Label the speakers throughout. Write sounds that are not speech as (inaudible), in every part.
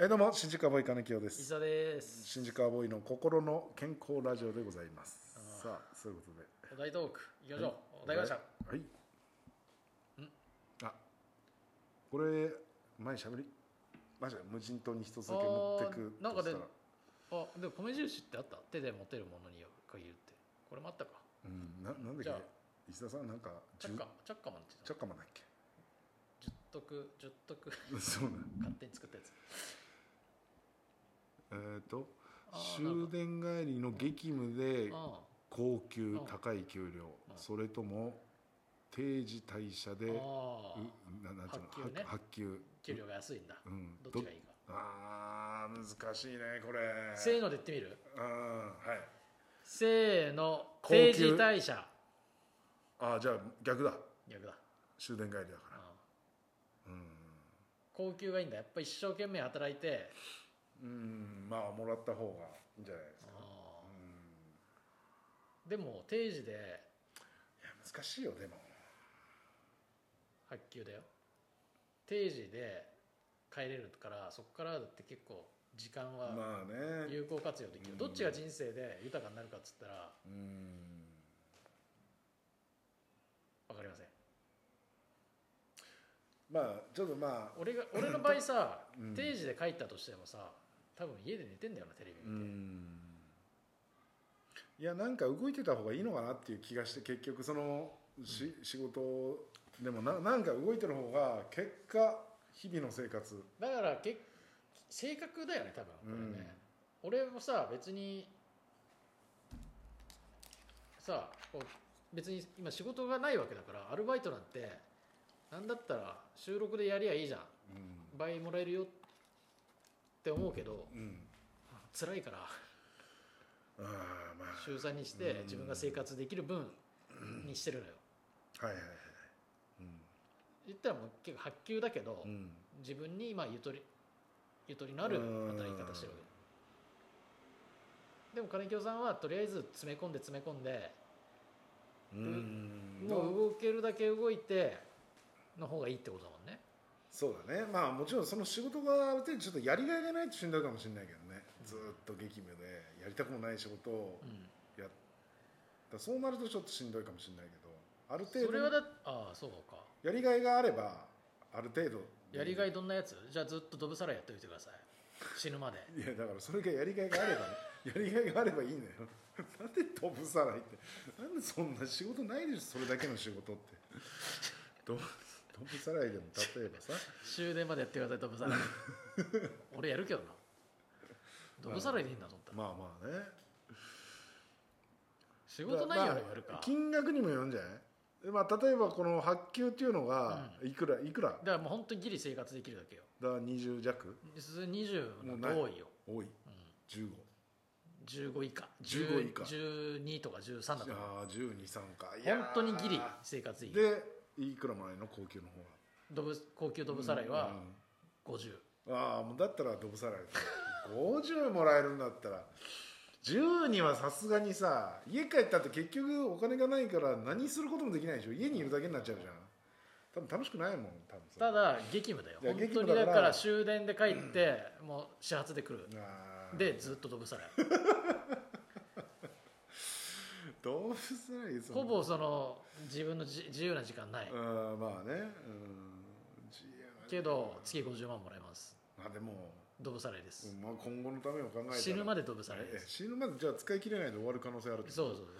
Speaker 1: えーどうも新宿アボーイ金清で
Speaker 2: 伊
Speaker 1: す
Speaker 2: 沢です
Speaker 1: 新宿アボーイの心の健康ラジオでございますさあそういうことで
Speaker 2: お題トークいきましょう、お題ガチャ
Speaker 1: はいあこれ前しゃべりマジで無人島に一つだけ持ってく
Speaker 2: あーなんか
Speaker 1: と
Speaker 2: で
Speaker 1: したら
Speaker 2: あでも米印ってあった手で持てるものに限るってこれもあったか
Speaker 1: うんななんだっ
Speaker 2: じ
Speaker 1: け
Speaker 2: ゃあ
Speaker 1: 石田さんなんか
Speaker 2: チャッカチャッカマンって
Speaker 1: チャッカマンだっけ (laughs)
Speaker 2: 十徳十徳
Speaker 1: そうなの
Speaker 2: 勝手に作ったやつ
Speaker 1: えーと
Speaker 2: あー
Speaker 1: 終電帰りの激務で
Speaker 2: あ
Speaker 1: 高級
Speaker 2: うん
Speaker 1: 高い給料
Speaker 2: うん
Speaker 1: それとも定時退社で
Speaker 2: ー
Speaker 1: う
Speaker 2: あー
Speaker 1: ななんていうの
Speaker 2: 発給ね
Speaker 1: は発給
Speaker 2: 給料が安いんだ
Speaker 1: うん
Speaker 2: どっちがいいか
Speaker 1: あー難しいねこれ
Speaker 2: せーので言ってみる
Speaker 1: うんはい
Speaker 2: せーの
Speaker 1: 高級
Speaker 2: 定時退社
Speaker 1: あーじゃあ逆だ
Speaker 2: 逆だ
Speaker 1: 終電帰りだか
Speaker 2: あ
Speaker 1: ら
Speaker 2: ー
Speaker 1: う
Speaker 2: 高級がいいんだやっぱ一生懸命働いて
Speaker 1: んうんまあもらった方がいいんじゃないですか
Speaker 2: あ
Speaker 1: うん
Speaker 2: ーでも定時で
Speaker 1: いや難しいよでも
Speaker 2: 発給だよ定時で帰れるからそこからだって結構時間は
Speaker 1: まあね
Speaker 2: 有効活用できる、
Speaker 1: うん
Speaker 2: どっちが人生で豊かになるかっつったら
Speaker 1: うん
Speaker 2: 分かりません
Speaker 1: まあちょっとまあ
Speaker 2: 俺が俺の場合さ、
Speaker 1: うん
Speaker 2: 定時で帰ったとしてもさ多分家で寝てんだよなテレビ
Speaker 1: う
Speaker 2: 見て、
Speaker 1: んいやなんか動いてた方がいいのかなっていう気がして結局そのし、仕事でもななんか動いてる方が結果日々の生活
Speaker 2: だからけ性格だよね多分これね、俺もさ別にさこう別に今仕事がないわけだからアルバイトなんてなんだったら収録でやりゃいいじゃん
Speaker 1: うん、
Speaker 2: 倍もらえるよって思うけど
Speaker 1: うん、
Speaker 2: 辛いから
Speaker 1: ああま
Speaker 2: 週3にし
Speaker 1: うん
Speaker 2: て自分が生活できる分にしてるのよ
Speaker 1: あはいはいはい
Speaker 2: 言ったらもう結構発給だけど
Speaker 1: うん、うん
Speaker 2: 自分にまあゆとりゆとりのある
Speaker 1: うん
Speaker 2: 働き方してるわけでも金京さんはとりあえず詰め込んで詰め込んで
Speaker 1: うん
Speaker 2: もう動けるだけ動いての方がいいってことだもんね
Speaker 1: そうだねまあもちろんその仕事がある程度ちょっとやりがいがないとしんどいかもしれないけどねずーっと激務でやりたくもない仕事を
Speaker 2: う
Speaker 1: やっだからそうなるとちょっとしんどいかもしれないけどある
Speaker 2: ん
Speaker 1: 程
Speaker 2: それは
Speaker 1: 度
Speaker 2: だああそうか
Speaker 1: やりがいがあればある程度
Speaker 2: やりがいどんなやつじゃあずっとドブサラやっておいてください死ぬまで
Speaker 1: いやだからそれがやりがいがあればね (laughs) やりがいがあればいいのよ (laughs) なんで飛ぶさらいってなんでそんな仕事ないでしょそれだけの仕事っ
Speaker 2: (laughs)
Speaker 1: て飛ぶ飛ぶさらいでも例えばさ
Speaker 2: 終電までやってくださいド
Speaker 1: (laughs)
Speaker 2: ブサライ俺やるけどなドブサライでいいんだと思った
Speaker 1: まあまあね
Speaker 2: 仕事ないより
Speaker 1: ま
Speaker 2: は
Speaker 1: あ
Speaker 2: やるか、
Speaker 1: 金額にもよるんじゃないでまあ、例えばこの発給っていうのがいくら、いくらだか
Speaker 2: だからもう本当にギリ生活できるだけよ
Speaker 1: ら20弱
Speaker 2: 20
Speaker 1: もう
Speaker 2: の
Speaker 1: ない
Speaker 2: と多いよ、
Speaker 1: 多い
Speaker 2: うん、
Speaker 1: 15
Speaker 2: 15以下
Speaker 1: 15以下
Speaker 2: 12とか13だと
Speaker 1: ああ123かいやー
Speaker 2: 本当にギリ生活いい
Speaker 1: でいくらもないの高級の方は
Speaker 2: ドブ高級ドブサライは50、
Speaker 1: うんああもうだったらドブサライだ50もらえるんだったら10にはさすがにさ家帰ったって結局お金がないから何することもできないでしょ家にいるだけになっちゃうじゃん多分楽しくないもん多分それ
Speaker 2: ただ激務だよ
Speaker 1: いや
Speaker 2: 本当
Speaker 1: 激務
Speaker 2: に
Speaker 1: だ
Speaker 2: だ
Speaker 1: から
Speaker 2: から終電で帰って、もう始発で来る
Speaker 1: あー
Speaker 2: でずっとドブサライ
Speaker 1: ドブサラ (laughs) イその
Speaker 2: ほぼその自分のじ自由な時間ない、
Speaker 1: うんまあねうん自由な
Speaker 2: けど月50万もらえます
Speaker 1: まあでも、
Speaker 2: ドブサライです、
Speaker 1: まあ、今後のためを考えたら
Speaker 2: 死ぬまでドブサライ
Speaker 1: え
Speaker 2: です
Speaker 1: 死ぬまでじゃあ使い切れないで終わる可能性あるってこと
Speaker 2: そうそうそうも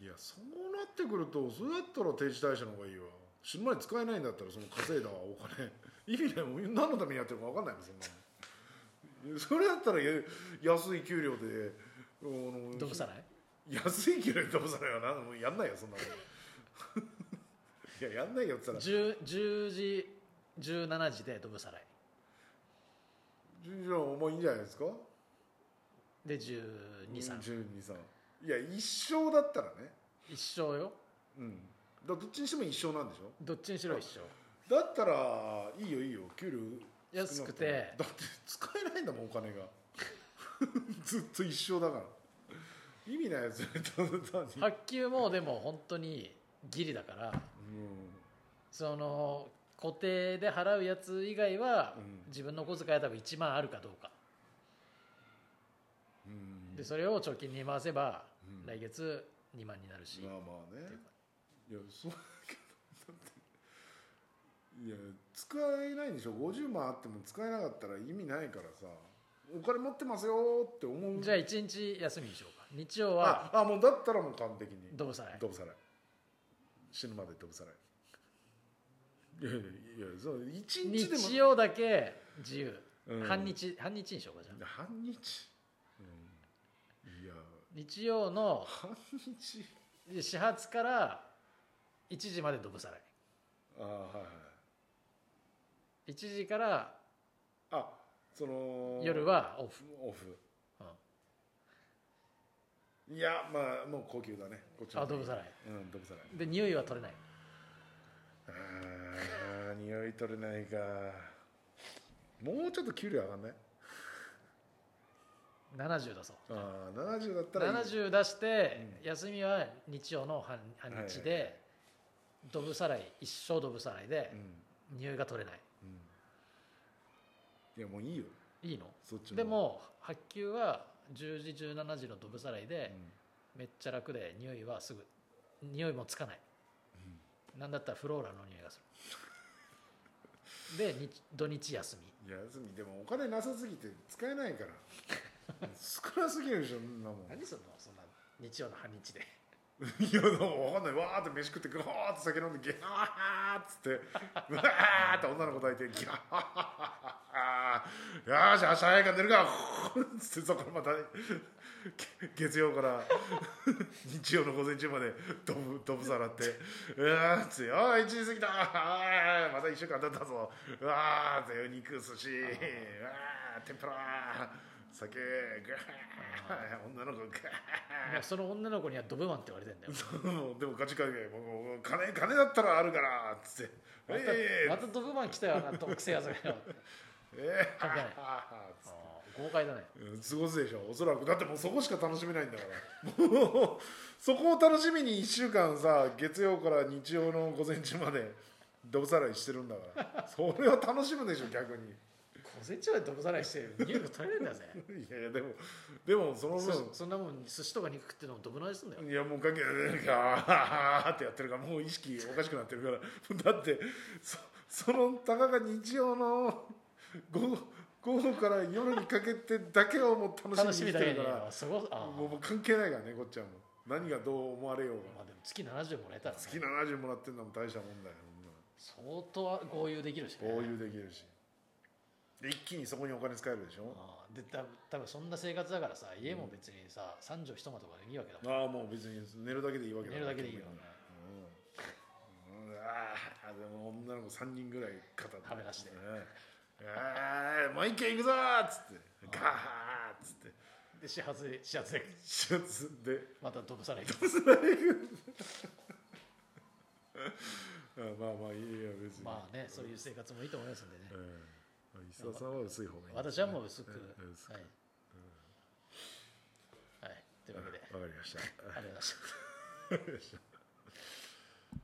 Speaker 2: ち
Speaker 1: いやそうなってくるとそれだったら定時退社の方がいいわ死ぬ前に使えないんだったらその稼いだお金意味ないもん何のためにやってるか分かんないもんそんなのそれだったらや安い給料であ
Speaker 2: ろ
Speaker 1: の
Speaker 2: んドブサライ
Speaker 1: 安い給料でどうさないはなもうやんないよそんなのいややんないよって言ったら
Speaker 2: 10, 10時17時でドブサライ
Speaker 1: じゃあお前いいんじゃないですか
Speaker 2: で123、
Speaker 1: 123いや一生だったらね
Speaker 2: 一生よ
Speaker 1: うんだからどっちにしても一生なんでしょ
Speaker 2: どっちにしろ一生
Speaker 1: だったらいいよいいよ給料
Speaker 2: 安くて
Speaker 1: だって使えないんだもんお金が (laughs) ずっと一生だから意味ないやつねただ単に
Speaker 2: 発給もでも本当にギリだから
Speaker 1: うん
Speaker 2: その固定で払うやつ以外は、
Speaker 1: うん
Speaker 2: 自分の小遣いは多分1万あるかどうか
Speaker 1: うん
Speaker 2: でそれを貯金に回せば、
Speaker 1: うん
Speaker 2: 来月2万になるし、
Speaker 1: まあまあね
Speaker 2: っていうか
Speaker 1: いやそうだけどだっていや使えないんでしょ50万あっても使えなかったら意味ないからさお金持ってますよーって思う
Speaker 2: じゃあ1日休みにしようか日曜は
Speaker 1: ああもうだったらもう完璧に
Speaker 2: どうさない
Speaker 1: どぶさない死ぬまでどぶさないいやいやいやそう一日でも
Speaker 2: 日曜だけ自由、
Speaker 1: うん
Speaker 2: 半日半日にしようかじゃ
Speaker 1: 半
Speaker 2: あ
Speaker 1: 日、うん、いや
Speaker 2: 日曜の
Speaker 1: 半日
Speaker 2: 始発から1時までどぶさらい
Speaker 1: ああはいはい
Speaker 2: 1時から
Speaker 1: あその
Speaker 2: 夜はオフ、
Speaker 1: オフ
Speaker 2: うん
Speaker 1: いやまあもう高級だねこっちの
Speaker 2: あどぶさらい
Speaker 1: うんどぶさない
Speaker 2: で匂いは取れない
Speaker 1: あー匂い取れないかもうちょっと給料上がんない
Speaker 2: 70出そう
Speaker 1: ああ70だったらいい
Speaker 2: 70出して、
Speaker 1: う
Speaker 2: 休みは日曜の半半日
Speaker 1: はいはい
Speaker 2: でどぶさらい一生どぶさらいで
Speaker 1: うん、
Speaker 2: 匂いが取れない
Speaker 1: うん、いやもういいよ
Speaker 2: いいの
Speaker 1: そっちの
Speaker 2: でも発給は10時17時のどぶさらい
Speaker 1: うん
Speaker 2: で、めっちゃ楽で匂いはすぐ匂いもつかない、なんだったらフローラの匂いがするで日土日休み
Speaker 1: いや休みでもお金なさすぎて使えないから少なすぎるでしょそんなもん
Speaker 2: 何すんのそんな日曜の半日で
Speaker 1: (laughs) いやでも分かんないわーって飯食ってグワーって酒飲んでギャーっつってうわーって女の子抱いてギャーよーし明日早いから寝るかっつってそこからまたげ月曜から日曜の午前中までドブドブさらってうわーっつって「ああ1時過ぎたあーまた1週間経ったぞうわーって肉寿司うわー天ぷら酒グワー女の子グワー
Speaker 2: もうその女の子にはドブマンって言われてんだよ
Speaker 1: もうでもガチ会で僕僕金金だったらあるからっつって「
Speaker 2: また,、
Speaker 1: ええ
Speaker 2: またドブマン来たよな特性やつ (laughs) がよ
Speaker 1: ええ
Speaker 2: 関係ない
Speaker 1: はあはあ
Speaker 2: あー豪快だね
Speaker 1: うんすごいでしょおそらくだってもうそこしか楽しめないんだからもうそこを楽しみに1週間さ月曜から日曜の午前中までどぶさらいしてるんだからそれは楽しむでしょ逆に
Speaker 2: 小銭町でドブさらいして匂いが取れるんだぜ
Speaker 1: いやいやでもでもその分
Speaker 2: (laughs) そそんなもん寿司とか肉食ってのもドブの味すんだよ
Speaker 1: いやもう関係ないガーってやってるからもう意識おかしくなってるからだってそそのたかが日曜の午後午後から夜にかけてだけをもう楽
Speaker 2: 楽
Speaker 1: し
Speaker 2: し
Speaker 1: みに
Speaker 2: み
Speaker 1: して
Speaker 2: だけ
Speaker 1: る
Speaker 2: に
Speaker 1: から
Speaker 2: すごあー
Speaker 1: もうもう関係ないからねこっちはもう何がどう思われようが
Speaker 2: まあでも月70もらえたら、ね、
Speaker 1: 月70もらってんのも大したもんだよ
Speaker 2: 相当豪遊できるし、ね、
Speaker 1: こういうできるしで一気にそこにお金使えるでしょ
Speaker 2: ああでた多分そんな生活だからさ家も別にさ、三畳一間とかでいいわけだも
Speaker 1: ああもう別に寝るだけでいいわけ
Speaker 2: ん
Speaker 1: だ
Speaker 2: 寝るだけでいいよね
Speaker 1: うんうんああでも女の子3人ぐらい肩
Speaker 2: はめ出して
Speaker 1: ねああもう一軒行くぞーっつってガーッつって
Speaker 2: で始発で始発で
Speaker 1: シャツで
Speaker 2: また飛ぶされる
Speaker 1: あまあまあいいや別に
Speaker 2: まあねそういう生活もいいと思いますんでね、
Speaker 1: うん石田さんは薄い方がいいですね
Speaker 2: 私はもう薄く、
Speaker 1: うん薄く
Speaker 2: はい、はい、というわけで、
Speaker 1: わかりました
Speaker 2: ありがとうございました
Speaker 1: わかりました